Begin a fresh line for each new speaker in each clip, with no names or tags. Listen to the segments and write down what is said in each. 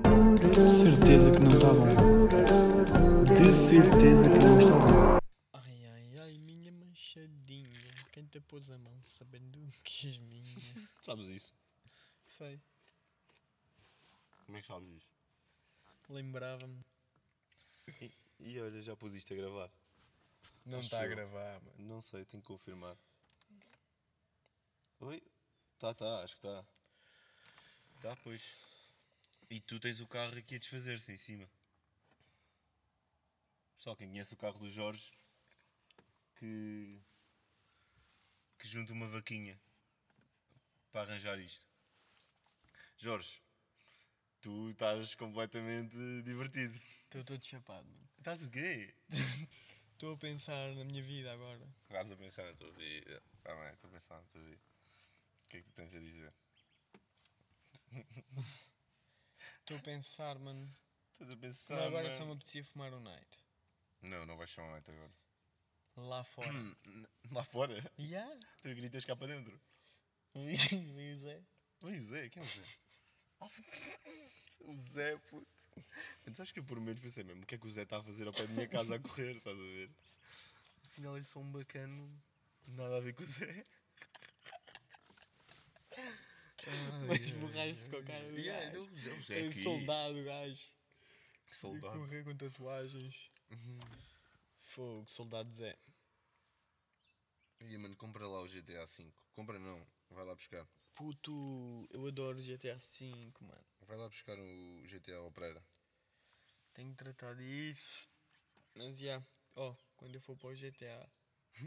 De certeza que não está bom. De certeza que não está bom.
Ai ai ai, minha manchadinha. Quem te pôs a mão sabendo que és minha?
Sabes isso?
Sei,
Como é que sabes isso?
lembrava-me.
E olha, já pus isto a gravar.
Não
Acho
está a
eu.
gravar, mano.
Não sei, tenho que confirmar. Oi? Tá, tá, acho que tá. Tá, pois. E tu tens o carro aqui a desfazer-se em cima. Pessoal, quem conhece o carro do Jorge que. que junta uma vaquinha para arranjar isto. Jorge, tu estás completamente divertido.
Estou todo chapado, mano.
Estás o quê?
Estou a pensar na minha vida agora.
Estás a pensar na tua vida. Tá bem, estou a pensar na tua vida. O que é que tu tens a dizer?
Estou a pensar, mano.
Estás a
Não,
pensar.
agora
Tá, mano?
só me apetecia fumar um night.
Não, não vais chamar a noite agora.
Lá fora.
Lá fora?
Ya!
Tu gritas cá para dentro.
E o Zé?
Vem o Zé, quem é o Zé? o Zé, puto. Mas acho que eu por menos pensei mesmo, o que é que o Zé está a fazer ao pé da minha casa a correr, estás a ver? Afinal isso foi um bacano, nada a ver com o Zé.
Mas borraste com a cara do
Yeah,
gajo.
não, não, o Zé
É
aqui.
soldado, gajo.
Que
E
soldado.
correr com tatuagens. Fogo, soldado Zé.
E mano, compra lá o GTA V. Compra não, vai lá buscar.
Puto, eu adoro GTA V, mano.
Vai lá buscar o GTA Opereira.
Tenho que tratar disso. Mas já, ó, quando eu for para o GTA,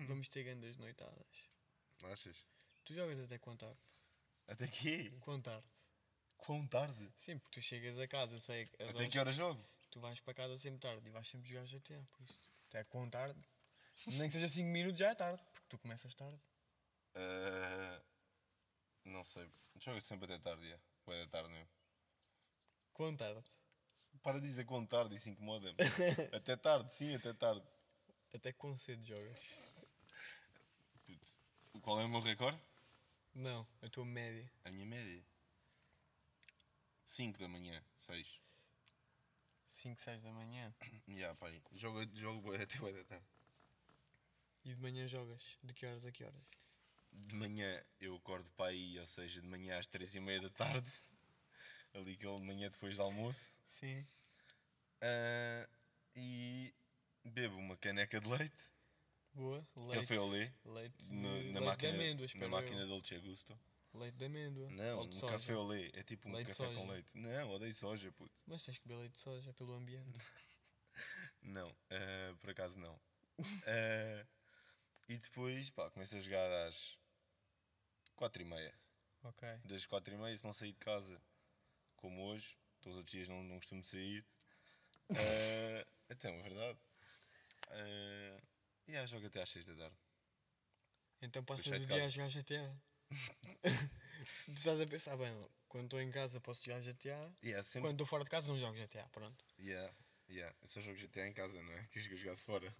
vamos ter grandes noitadas.
Achas?
Tu jogas até quão tarde?
Até aqui?
Quão tarde?
Quão tarde?
Sim, porque tu chegas a casa, sei que as
Até
horas,
que horas jogo?
tu vais para casa sempre tarde e vais sempre jogar GTA, por isso. Até quão tarde? Nem que seja 5 minutos já é tarde, porque tu começas tarde.
Ah, não sei. Jogo sempre até tarde, é. Ou é da tarde mesmo.
Quão tarde?
Para de dizer quão tarde, isso incomoda-me. até tarde, sim, até tarde.
Até quão cedo jogas?
Puto, Qual é o meu recorde?
Não, a tua média.
A minha média. 5 da manhã, 6.
5, 6 da manhã.
Já, pai. Jogo, jogo bué até bué da tarde.
E de manhã jogas? De que horas a que horas?
De manhã eu acordo para aí, ou seja, de manhã às 3 e meia da tarde. Ali aquele de manhã depois do almoço.
Sim.
Ah, e bebo uma caneca de leite.
Boa. Leite.
Café ao lê.
Leite,
Na,
de-
na
Hum, leite
máquina,
de amêndoas,
na
espero
máquina
eu.
Dolce Gusto.
Leite de amêndoa.
Não,
ou de
um
soja.
café ao lê. É tipo um
Leite de
café com
soja.
leite. Não, odeio soja, puto.
Mas tens que beber leite de soja pelo ambiente.
Não, ah, por acaso não. Ah, e depois, pá, começo a jogar às 4 e meia.
ok.
Das 4 e meia, se não sair de casa, como hoje, todos os dias não, não costumo sair. Ah, então, é verdade. Ah, e ah, jogo até às 6 da tarde.
Então passas
sai
o
de
dia a
casa.
jogar GTA. tu estás a pensar, bem, quando estou em casa posso jogar GTA.
Yeah, sempre,
Quando estou fora de casa não jogo GTA, pronto.
Yeah, yeah. Eu só jogo GTA em casa, não é? Quis que eu jogasse fora.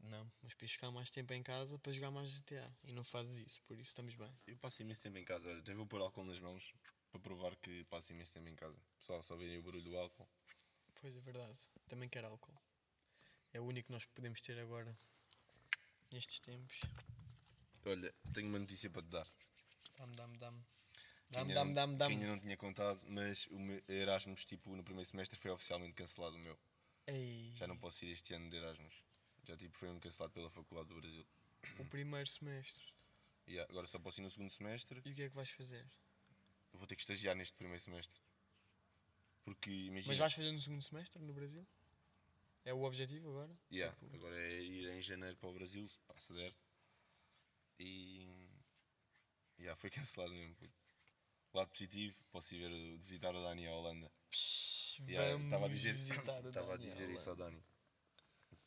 Não, mas para ficar mais tempo em casa para jogar mais GTA. E não fazes isso, por isso estamos bem.
Eu passo imenso tempo em casa. Olha, até vou pôr álcool nas mãos para provar que passo imenso tempo em casa. Pessoal, só virem o barulho do álcool.
Pois é verdade. Também quero álcool. É o único que nós podemos ter agora. Nestes tempos.
Olha, tenho uma notícia para te dar.
Dá-me, dá-me, dá-me.
Que
Dá-me, dá-me,
ainda não-
dá-me,
que
dá-me.
ainda não tinha contado, mas o meu Erasmus, tipo, no primeiro semestre foi oficialmente cancelado o meu.
Ei,
Já não posso ir este ano de Erasmus. Já, tipo, foi-me cancelado pela Faculdade do Brasil.
o primeiro semestre.
E yeah, agora só posso ir no segundo semestre.
E o que é que vais fazer?
Eu vou ter que estagiar neste primeiro semestre. Porque, imagina...
Mas vais fazer no segundo semestre no Brasil? É o objetivo agora?
Yeah,
Tipo,
agora é ir em janeiro para o Brasil, se pá, se der. E. Yeah, foi cancelado mesmo. puto. Lado positivo, posso ir ver, visitar o Dani à Holanda.
psh,
Yeah,
vamos
Estava a dizer,
visitar o
estava a
Daniel
dizer isso ao
Holanda.
Dani.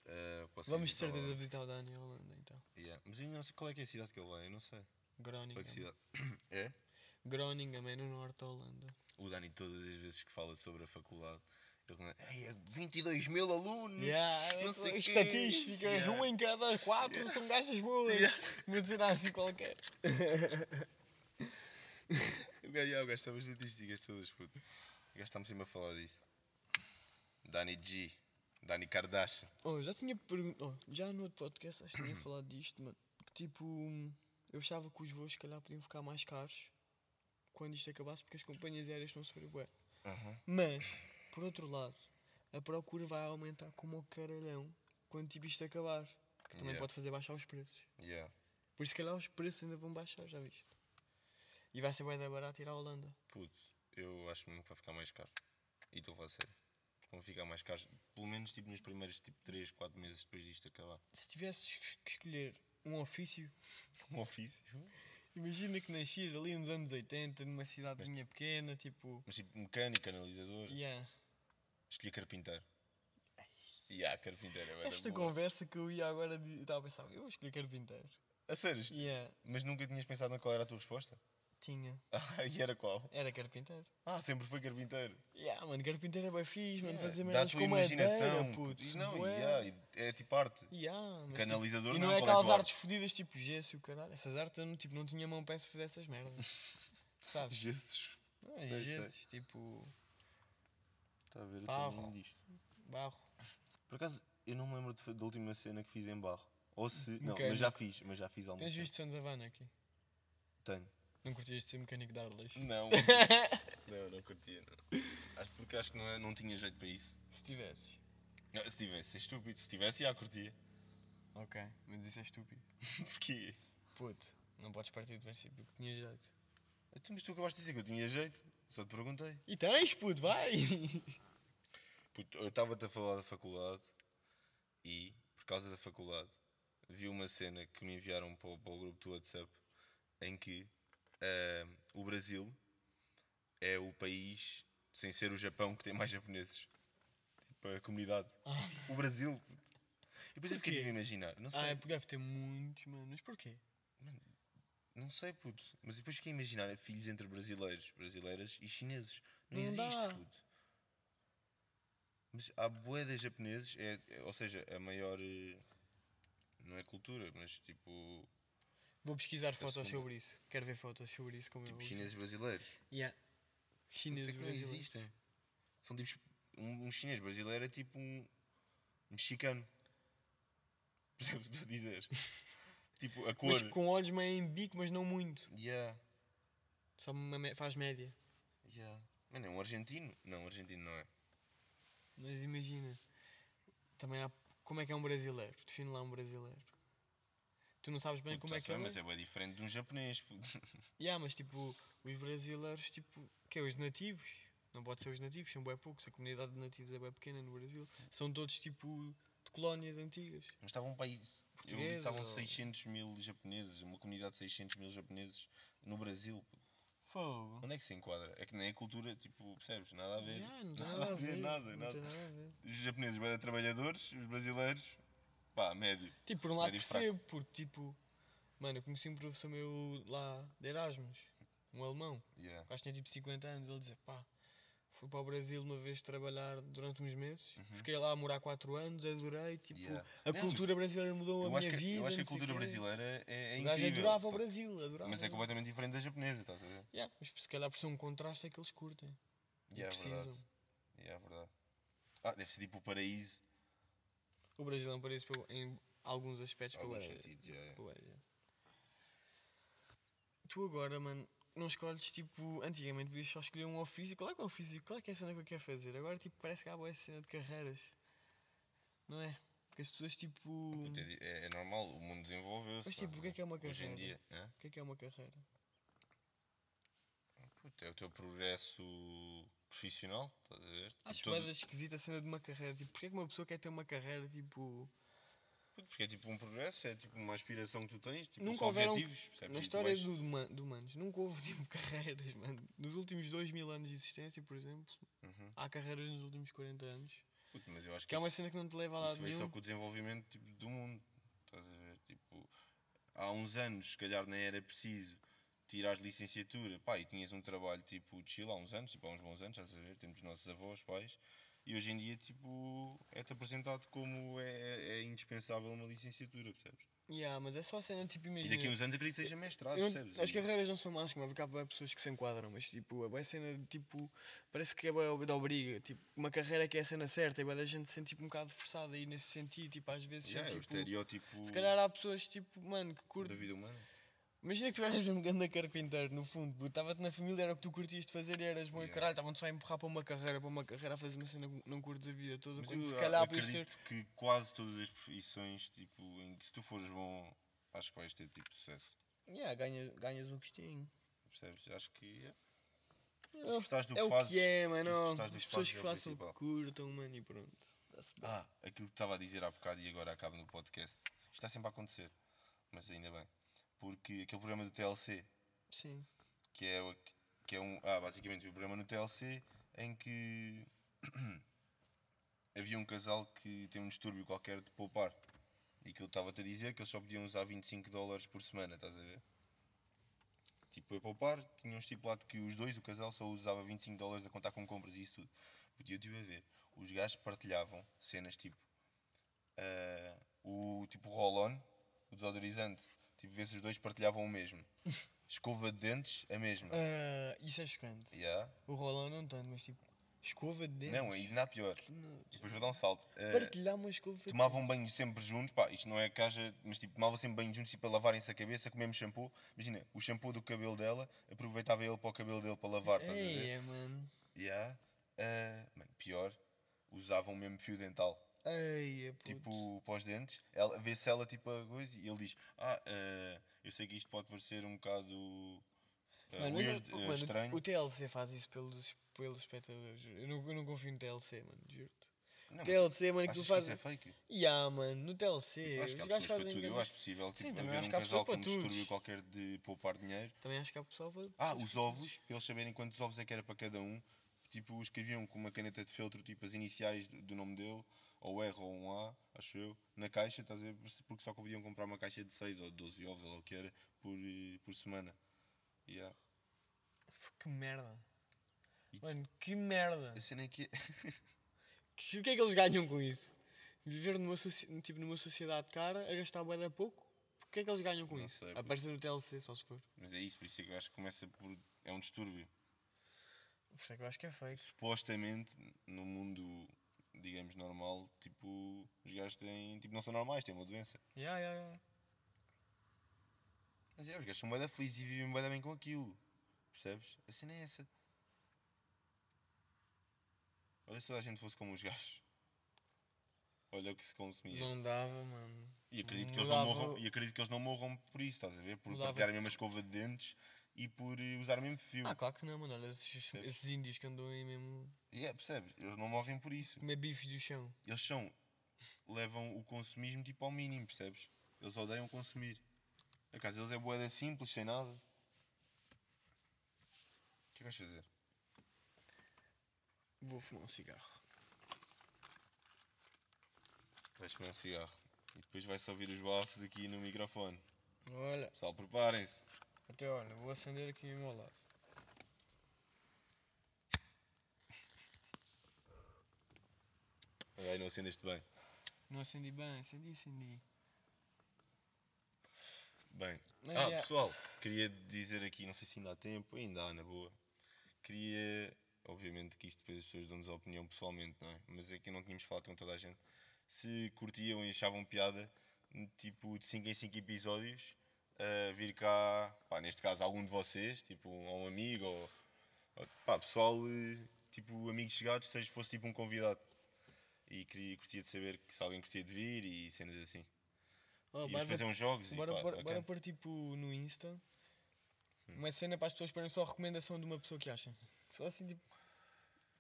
Eh, posso ir
Vamos de
visitar o
certeza
Holanda.
visitar o Daniel Holanda então.
Yeah, Mas eu não sei qual é que é a cidade que ele vai, eu não sei. Qual é, que
Groningen.
cidade? é?
Groningen é no norte da Holanda.
O Dani, todas as vezes que fala sobre a faculdade, ele começa. "Ei, é 22 mil alunos!
Yeah,
não sei quê."
estatísticas,
Yeah.
um em cada quatro são gajas boas. Mas será assim qualquer.
O gajo, yeah, o gajo sabe as estatísticas todas, puto. Já estamos sempre a falar disso. Dani G. Dani Kardashian.
Oh, já tinha perguntado. já no outro podcast acho que tinha falado disto, mano. Que tipo, hum, eu achava que os voos se calhar podiam ficar mais caros quando isto acabasse porque as companhias aéreas não se foram bué. Mas, por outro lado, a procura vai aumentar como o caralhão quando tipo isto acabar. Que também
Yeah.
pode fazer baixar os preços.
Yeah.
Por isso se calhar os preços ainda vão baixar, já viste? E vai ser bem da barata ir à Holanda.
Puto, eu acho mesmo que vai ficar mais caro. E estou a falar sério. Vão ficar mais caros. Pelo menos tipo, nos primeiros tipo, 3, 4 meses depois disto acabar.
Se tivesses que escolher um ofício
Um ofício.
Imagina que nascias ali nos anos 80, numa cidadezinha pequena, tipo.
Mas tipo, mecânico, analisador.
Yeah.
Escolhi carpinteiro. Yeah, carpinteiro é bué da
Esta
boa.
conversa que eu ia agora de- estava a pensar, eu vou escolher carpinteiro.
A sério? isto-
Yeah,
Mas nunca tinhas pensado na qual era a tua resposta?
tinha.
Ah, e era qual?
Era carpinteiro.
Ah, sempre foi carpinteiro.
Yeah, mano, carpinteiro é bem fixe, mano,
Yeah.
fazer
Dá a
merdas
tua
com madeira,
imaginação.
puto.
Isso não,
bué.
yeah, e- é tipo arte.
Yeah, mas,
Canalizador
tipo, E
não,
não é
qual é a
aquelas
tua
artes fodidas tipo gesso, e o caralho. Essas artes eu não, tipo, não tinha mão para se fazer essas merdas. Sabes?
Jesus.
Não,
Sei, sei.
é gessos, tipo.
Está a ver, eu
Barro.
tenho um disto.
barro.
Por acaso, eu não me lembro de fa- da última cena que fiz em barro. Ou se. Não,
Mecânico.
mas já fiz, mas já fiz alguma
Tens
cena.
visto Sons of Anarchy?
Tenho.
Não curtias de ser mecânico de ar lixo?
Não. não, não curtia, não. Acho porque acho que não, é- não tinha jeito para isso.
Se tivesses.
Não, se tivesse, é estúpido. Se tivesse, já curtia.
Ok, mas isso é estúpido.
Porquê?
Puto, não podes partir do princípio que tinha jeito.
Então, mas tu acabaste de dizer que eu tinha jeito. Só te perguntei.
E tens, puto, vai!
Puto, eu estava-te a falar da faculdade e, por causa da faculdade, vi uma cena que me enviaram para o, para o grupo do WhatsApp em que ah, o Brasil é o país, sem ser o Japão, que tem mais japoneses. Tipo, a comunidade. O Brasil. puto. E depois eu fiquei
Porquê?
tipo, a imaginar. Não sei,
ah, é porque deve ter muitos, mano. Mas porquê?
não sei, puto. Mas depois fiquei a imaginar é, filhos entre brasileiros, brasileiras e chineses. Não,
Não
existe,
dá.
puto. Mas há bué de japoneses, é, é- ou seja, a maior... eh, Não é cultura, mas tipo...
Vou pesquisar fotos
segunda.
sobre isso. Quero ver fotos sobre isso como eu
Tipo
vou.
chineses brasileiros.
Yeah. Chineses
Tipo, não
brasileiros.
existem. São tipos... Um, um chinês brasileiro é tipo um mexicano. Percebes o que estou a dizer? tipo, a cor...
Mas com olhos meio em bico, mas não muito.
Yeah,
Só uma me- faz média.
yeah. Mano, é um argentino? Não, argentino não é.
Mas imagina. Também há. Como é que é um brasileiro? Define lá um brasileiro. Tu não sabes bem
Puto,
como é
tá-se
que é.
bem, Mas é bem diferente de um japonês. puto.
Yeah, mas tipo, os brasileiros, tipo, que é os nativos, não pode ser os nativos, são bem poucos, a comunidade de nativos é bem pequena no Brasil, são todos tipo de colónias antigas.
Mas estava um país. Eu li que
Portugueses
estavam
ou-
600 mil japoneses, uma comunidade de 600 mil japoneses no Brasil. puto.
Fogo.
Onde é que se enquadra? É que nem a cultura, tipo, percebes? Nada a ver.
Yeah, não tem nada a ver,
Nada,
não
nada.
tem nada a ver.
Os japoneses, bem trabalhadores, os brasileiros, pá, médio.
Tipo, por um lado
Médio fraco.
percebo, porque tipo, mano, eu conheci um professor meu lá de Erasmus, um alemão,
Yeah.
o gajo tinha tipo 50 anos, ele dizia, pá, fui para o Brasil uma vez trabalhar durante uns meses, fiquei lá a morar 4 anos, adorei, tipo,
Uhum. Yeah.
a
Não, mas
cultura brasileira mudou
Eu
a
acho,
minha
que,
vida.
eu acho que
não
a
sei
cultura
quê.
brasileira é, é
O gajo
incrível.
adorava o
só-
Brasil, adorava.
Mas é completamente diferente da japonesa, estás a ver?
Yeah, mas se calhar por ser um contraste é que eles curtem.
Yeah, é verdade.
precisam.
Yeah, é verdade. Ah, deve ser tipo o paraíso.
O Brasil é um país para- em alguns aspectos para
Alguns
bué-
sentidos, yeah, yeah.
para bué, yeah. Tu agora, mano, não escolhes tipo. Antigamente podias só escolher um ofício. Qual é que é o ofício? Qual é que é a cena que eu quero fazer? Agora, tipo, parece que há boa cena de carreiras. Não é? Porque as pessoas, tipo. O
Puta, é di- É, é normal, o mundo desenvolveu-se. tá,
Mas, tipo, o que é que é uma
né? Hoje em
carreira?
dia, hã?
que é que é uma carreira? Hum.
Puta, é o teu progresso profissional, estás a ver?
Acho
Tipo,
bué
todo-
da esquisita a cena de uma carreira. Tipo, porque é que uma pessoa quer ter uma carreira, tipo.
puto, Porque é tipo um progresso, é tipo uma aspiração que tu tens, tipo,
nunca
são
houveram.
objetivos. percebes?
Na
E tu
história
vais-
do, huma- do humanos, nunca houve tipo carreiras, mano. Nos últimos dois mil anos de existência, por exemplo,
Uhum.
há carreiras nos últimos 40 anos.
Puto, mas eu acho
Que
que
é uma
isso,
cena que não te leva a
isso
lado um.
vem só
nenhum.
com o desenvolvimento tipo, do mundo, estás a ver? Tipo, há uns anos, se calhar nem era preciso tirar licenciatura, pá, e tinhas um trabalho tipo de Chile há uns anos, tipo, há uns bons anos, estás a ver? Temos os nossos avós, pais, e hoje em dia, tipo, é-te apresentado como é, é- é indispensável uma licenciatura, percebes?
Yeah, mas é só a cena, tipo,
E
imagina.
daqui a uns anos acredito que seja mestrado,
Eu não- é
percebes?
as
E-
carreiras não são más, mas há bué pessoas que se enquadram, mas tipo, é bué cena de tipo, parece que é bué da obriga, tipo, uma carreira que é a cena certa, e bué da gente se sente tipo, um bocado forçada aí nesse sentido, tipo, às vezes
Yeah, é o
sente, tipo,
estereótipo
se calhar há pessoas tipo, mano, que
da
curtem.
vida humana.
Imagina que tu eras mesmo grande carpinteiro, no fundo, estava-te na família, era o que tu curtias de fazer e eras bom e
Yeah.
caralho, estavam-te só a empurrar para uma carreira, para uma carreira a fazer uma cena que não curtes a vida toda,
Mas
quando
eu
se
a-
calhar podias ter.
acredito que quase todas as profissões, tipo, em que se tu fores bom, acho que vais ter tipo sucesso.
Yeah, ganhas, ganhas um gostinho.
Percebes? Acho que é.
É,
se gostares do que
é o
fazes-
que é, mano.
se
ó, As
gostares do que
pessoas
fazes
que
é o
façam o que
principal.
curtam, mano, e pronto. Dá-se bem.
Ah, aquilo que estava a dizer há bocado e agora acaba no podcast. Isto está sempre a acontecer, mas ainda bem. Porque aquele programa do TLC,
Sim.
que é, o- que é um. Ah, basicamente, o programa no TLC em que havia um casal que tem um distúrbio qualquer de poupar. E que ele estava-te a dizer que eles só podiam usar 25 dólares por semana, estás a ver? Tipo, a poupar, tinham estipulado que os dois, o casal, só usava 25 dólares a contar com compras e isso tudo. Porque eu estive a ver, os gajos partilhavam cenas tipo. ah, o tipo roll-on, o desodorizante. Tipo, vê se os dois partilhavam o mesmo. Escova de dentes, a mesma.
Ah, isso é chocante.
Yeah.
O Rolão não tanto, mas tipo, escova de dentro.
Não, ainda há pior. Depois vou dar um salto. Ah,
Partilhar uma escova de
tomavam banho sempre juntos, pá, isto não é caja, mas tipo, tomavam sempre banho juntos tipo, a lavarem-se a cabeça, comemos shampoo. Imagina, o shampoo do cabelo dela, aproveitava ele para o cabelo dele para lavar, estás a ver?
Ei, mano.
Yeah. Ah, mano, pior, usavam o mesmo fio dental,
Ei, puto.
tipo, para os dentes. Ela, vê-se ela, tipo, a coisa e ele diz, ah, ah, eu sei que isto pode parecer um bocado ah,
Mano, mas
weird,
o-
ah,
mano, o-
estranho.
O TLC faz isso pelos, pelos espectadores. Eu não, eu não confio no TLC, mano, juro-te.
Não, mas
TLC, mano, que tu
achas
fazes.
isso é fake?
Ya, mano, no TLC.
Eu acho que há
os gajos
pessoas para
fazem.
tudo. Eu
grandes-
acho possível
Sim,
tipo,
também
haver
acho
um
que há pessoas
casal com um
para tudo.
distúrbio qualquer de poupar dinheiro.
Também acho que há pessoal para.
Ah, os ovos, para eles saberem quantos ovos é que era para cada um. Tipo, escreviam com uma caneta de feltro, tipo as iniciais do, do nome dele, ou R ou um A, acho eu, na caixa, estás a ver? Porque só podiam comprar uma caixa de 6 ou 12 ovos, ou lá o que era, por, eh, por semana. Yeah.
Que merda.
E-
Mano, que merda.
A cena é que.
Que- O que é que eles ganham com isso? Viver numa, soci- tipo, numa sociedade cara a gastar bué da pouco? O que é que eles ganham com
Não
isso?
sei, puto.
Aparecer no TLC, só se for.
Mas é isso, por isso é que eu acho que começa por. É um distúrbio.
Por isso é que eu acho que é fake.
supostamente no mundo digamos normal tipo os gajos têm tipo não são normais têm uma doença
Ya, ya, ya.
mas é os gajos são bué da felizes e vivem bué da bem com aquilo percebes a cena é essa olha se toda a gente fosse como os gajos olha o que se consumia
Não dava, mano.
e acredito que eles não
mudava-
morram e acredito que eles não morram por isso estás a ver por
Mudava-
partilhar a mesma escova de dentes e por eh, usar o mesmo fio
Ah, claro que não, mano. Olha, esses,
Percebes?
esses índios que andam aí mesmo
e é percebes eles não morrem por isso
comer bifes do chão.
eles são levam o consumismo tipo ao mínimo, percebes? Eles odeiam consumir. A casa deles é boeda simples, sem nada. O que é que vais fazer?
Vou fumar um cigarro.
Vais comer um cigarro e depois vai-se ouvir os bafos aqui no microfone.
Olha,
Pessoal, preparem-se.
até olha, vou acender aqui ao meu lado.
Ai, não acendeste bem.
Não acendi bem, acendi, acendi.
Bem.
Mas
ah,
já-
pessoal, queria dizer aqui, não sei se ainda há tempo, ainda há, na boa. Queria, obviamente que isto depois as pessoas dão-nos a opinião pessoalmente, não é? Mas é que não tínhamos falado com toda a gente. Se curtiam e achavam piada, tipo, de 5 em 5 episódios, a vir cá, pá, neste caso, algum de vocês, tipo, ou um amigo, ou, ou, pá, pessoal, eh, tipo, amigos chegados, seja fosse tipo um convidado. E queria, curtia de saber que se alguém curtia de vir e cenas assim.
Oh,
e
bora-
de fazer um uns jogos e
Bora,
pá,
bora, bora
bacana.
pôr tipo no Insta
Hum.
uma cena para as pessoas porem só a recomendação de uma pessoa que acham. Só assim tipo.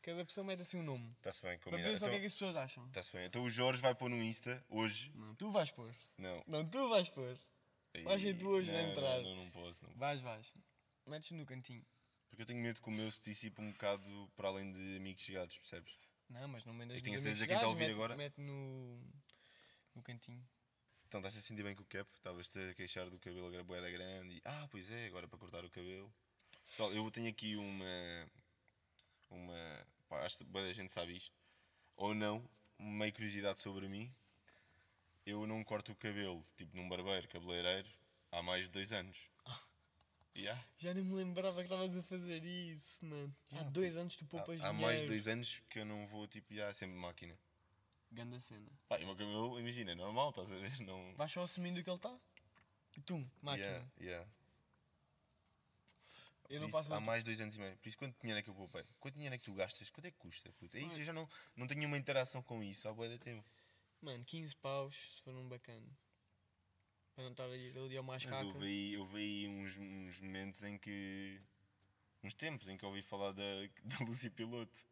Cada pessoa mete assim um nome.
Está-se bem,
Para
combinado.
ver só o que é que
Então-
as pessoas acham.
Tá-se bem. Então o Jorge vai pôr no Insta hoje.
Não, tu vais pôr.
Não.
Não, tu vais pôr. Vais ser tu Hum. hoje na
Não,
entrada.
Não, não, não posso. Não.
Vais, vais. Metes no cantinho.
Porque eu tenho medo que o meu se dissipe um bocado para além de amigos chegados, percebes?
Não, mas não mandas
Eu tenho
nos
a
amigos
certeza que quem está a
chegados,
ouvir
mete,
agora-
Mete no. no cantinho.
Então estás a sentir bem com o cap? Estavas-te a queixar do cabelo que era boeda grande e. Ah, pois é, agora para cortar o cabelo. Pessoal, eu tenho aqui uma. Uma. Pá, acho que boa da gente sabe isto. Ou não, meio curiosidade sobre mim. eu não corto o cabelo, tipo num barbeiro, cabeleireiro, há mais de dois anos. Yeah.
Já nem me lembrava que estavas a fazer isso, mano. Há dois anos tu poupas
Ah, Há, há
dinheiro.
mais de dois anos que eu não vou, tipo, já sempre máquina.
Ganda cena.
Pá, e o meu cabelo, imagina, é normal, estás a ver? Não...
Vais só assumindo o que ele está? E tu, máquina.
Yeah, yeah.
Eu não
Por isso,
passo
há
mais...
mais de dois anos e meio. Por isso, quanto dinheiro é que eu poupei? Quanto dinheiro é que tu gastas? Quanto é que custa? puto? É isso, eu já não, não tenho uma interação com isso há boa de tempo.
Mano, 15 paus se for um bacana. Para não estar a ir ali ao mais
Mas
caca.
houve aí, houve aí uns, uns momentos em que. uns tempos em que eu ouvi falar da, da Lúcia Piloto.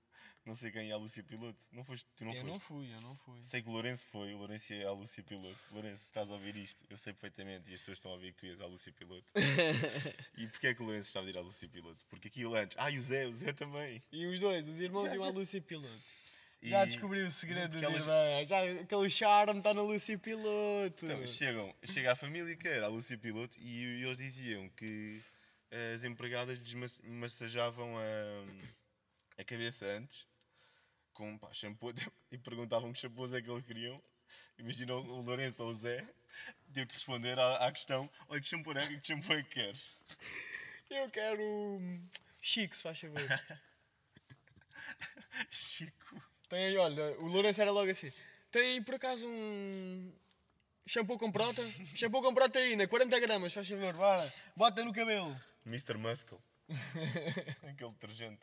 Não sei quem é a Lúcia Piloto. Não foste, tu não
eu
foste.
não fui, eu não fui.
Sei que o Lourenço foi, o Lourenço é a Lúcia Piloto. Lourenço, estás a ouvir isto? Eu sei perfeitamente e as pessoas estão a ouvir que tu és a Lúcia Piloto. e porquê é que o Lourenço estava a ir à Lúcia Piloto? Porque aquilo antes. Ah, e o Zé, o Zé também.
E os dois, os irmãos e o a Lúcia Piloto.
E-
Já descobri o segredo dos
porque elas-
irmãos. Já, aquele charme está na Lúcia Piloto.
Então, chegam, chega a família que era a Lúcia Piloto e, e eles diziam que as empregadas lhes mas- massajavam a, a cabeça antes com pá, shampoo e perguntavam que shampoos é que eles queriam. Imagina o o Lourenço ou o Zé teve que responder à, à questão: olha, que shampoo é que, que, shampoo é que queres?
Eu quero. hum, Chico, se faz favor.
Chico.
Tem aí, olha, o Lourenço era logo assim. Tem aí por acaso um. Shampoo com prota? Shampoo com proteína, 40 gramas, faz favor, bora. Bota no cabelo.
Mr. Muscle. Aquele detergente.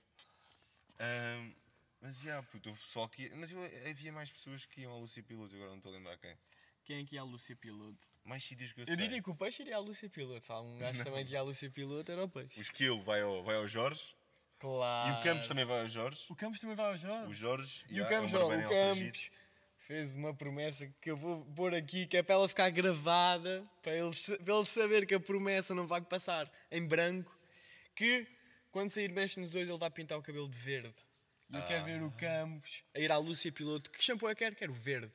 Ahm, mas já, puto, houve pessoal que. ia- Mas eu, havia mais pessoas que iam à Lúcia Piloto, agora não estou a lembrar quem.
Quem é que é a Lúcia Piloto?
Mais sítios que eu,
Eu
sei.
diria que o peixe iria à Lúcia Piloto. Se há um gajo também que ia à Lúcia Piloto, era o peixe.
O Esquilo vai ao, vai ao Jorge.
Claro.
E o Campos também vai ao Jorge.
O Campos também vai ao jogo.
Ah. O Jorge
E o
já,
Campos,
é um
ó, o
barbeiro em Alfragide.
Campos fez uma promessa que eu vou pôr aqui, que é para ela ficar gravada, para ele, sa- para ele saber que a promessa não vai passar em branco, que quando sair mestre nos dois ele vai pintar o cabelo de verde. E eu quero ver
Ah.
o Campos a ir à Lúcia Piloto, que shampoo eu quero? Quero verde.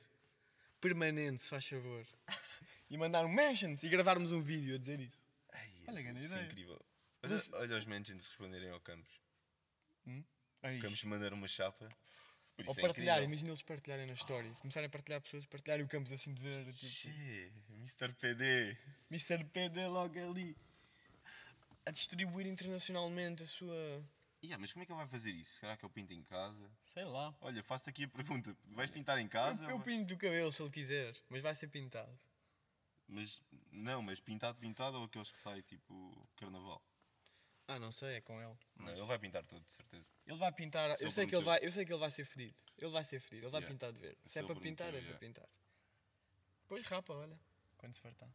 Permanente, se faz favor. E mandar um mentions e gravarmos um vídeo a dizer isso.
Ai, é
Olha, grande
muito
ideia.
incrível. Olha, olha os mentions responderem ao Campos.
É
O
isto.
Campos mandar uma chapa. Por
Ou
isso é
partilhar,
incrível.
imagina eles partilharem na história. Começarem a partilhar pessoas, partilharem o Campos assim de verde. Tipo,
Xê, Mr. PD.
Mr. PD é logo ali a distribuir internacionalmente a sua.
Yeah, mas como é que ele vai fazer isso? Será que eu pinto em casa?
sei lá.
Olha, faço-te aqui a pergunta. Vais pintar em casa?
Eu pinto o cabelo se ele quiser, mas vai ser pintado.
Mas, não, mas pintado, pintado ou aqueles que saem tipo carnaval?
Ah, não sei, é com ele.
Não, ele vai pintar todo, de certeza.
Ele vai pintar.
Se
eu,
ele
sei que ele
prometeu.
vai, eu sei que ele vai ser fedido. Ele vai ser fedido, ele vai
Yeah.
pintar de verde. Se,
Se
é
ele
para pintar, é
prometeu,
para
yeah.
pintar. Pois rapa, olha. Quando se fartar.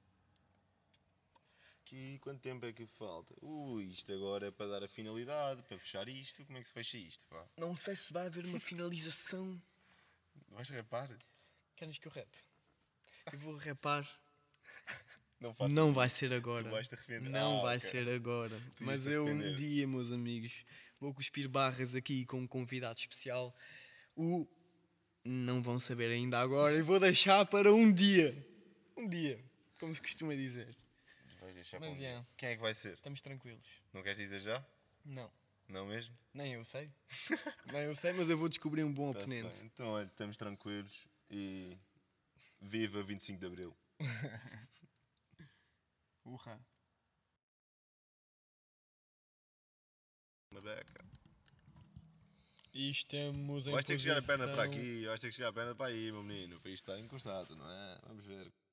E quanto tempo é que falta? Ui, isto agora é para dar a finalidade, para fechar isto. Como é que se fecha isto? Pá?
Não sei se vai haver uma finalização.
Vais rapar?
Queres que eu rap? Eu vou rapar.
Não faço
não
isso.
vai ser agora.
vais te arrepender.
Não
Ah,
vai
ok.
ser agora.
ias
Mas
te
eu um
arrepender.
dia, meus amigos, vou cuspir barras aqui com um convidado especial. O não vão saber ainda agora e vou deixar para um dia. Um dia, como se costuma dizer.
Vais deixar
Mas
para um dia.
é.
Quem é que vai ser?
Estamos tranquilos.
Não queres dizer já?
Não,
Não mesmo?
nem eu sei. nem eu sei, mas eu vou descobrir um bom
Tá-se
oponente.
bem. Então, olha, estamos tranquilos e viva 25 de Abril.
Urra.
Uma beca.
E estamos em
Vais ter que chegar a perna para
posição-
aqui, vais ter que chegar a perna para aí, meu menino. Para isto está encostado, não é? Vamos ver.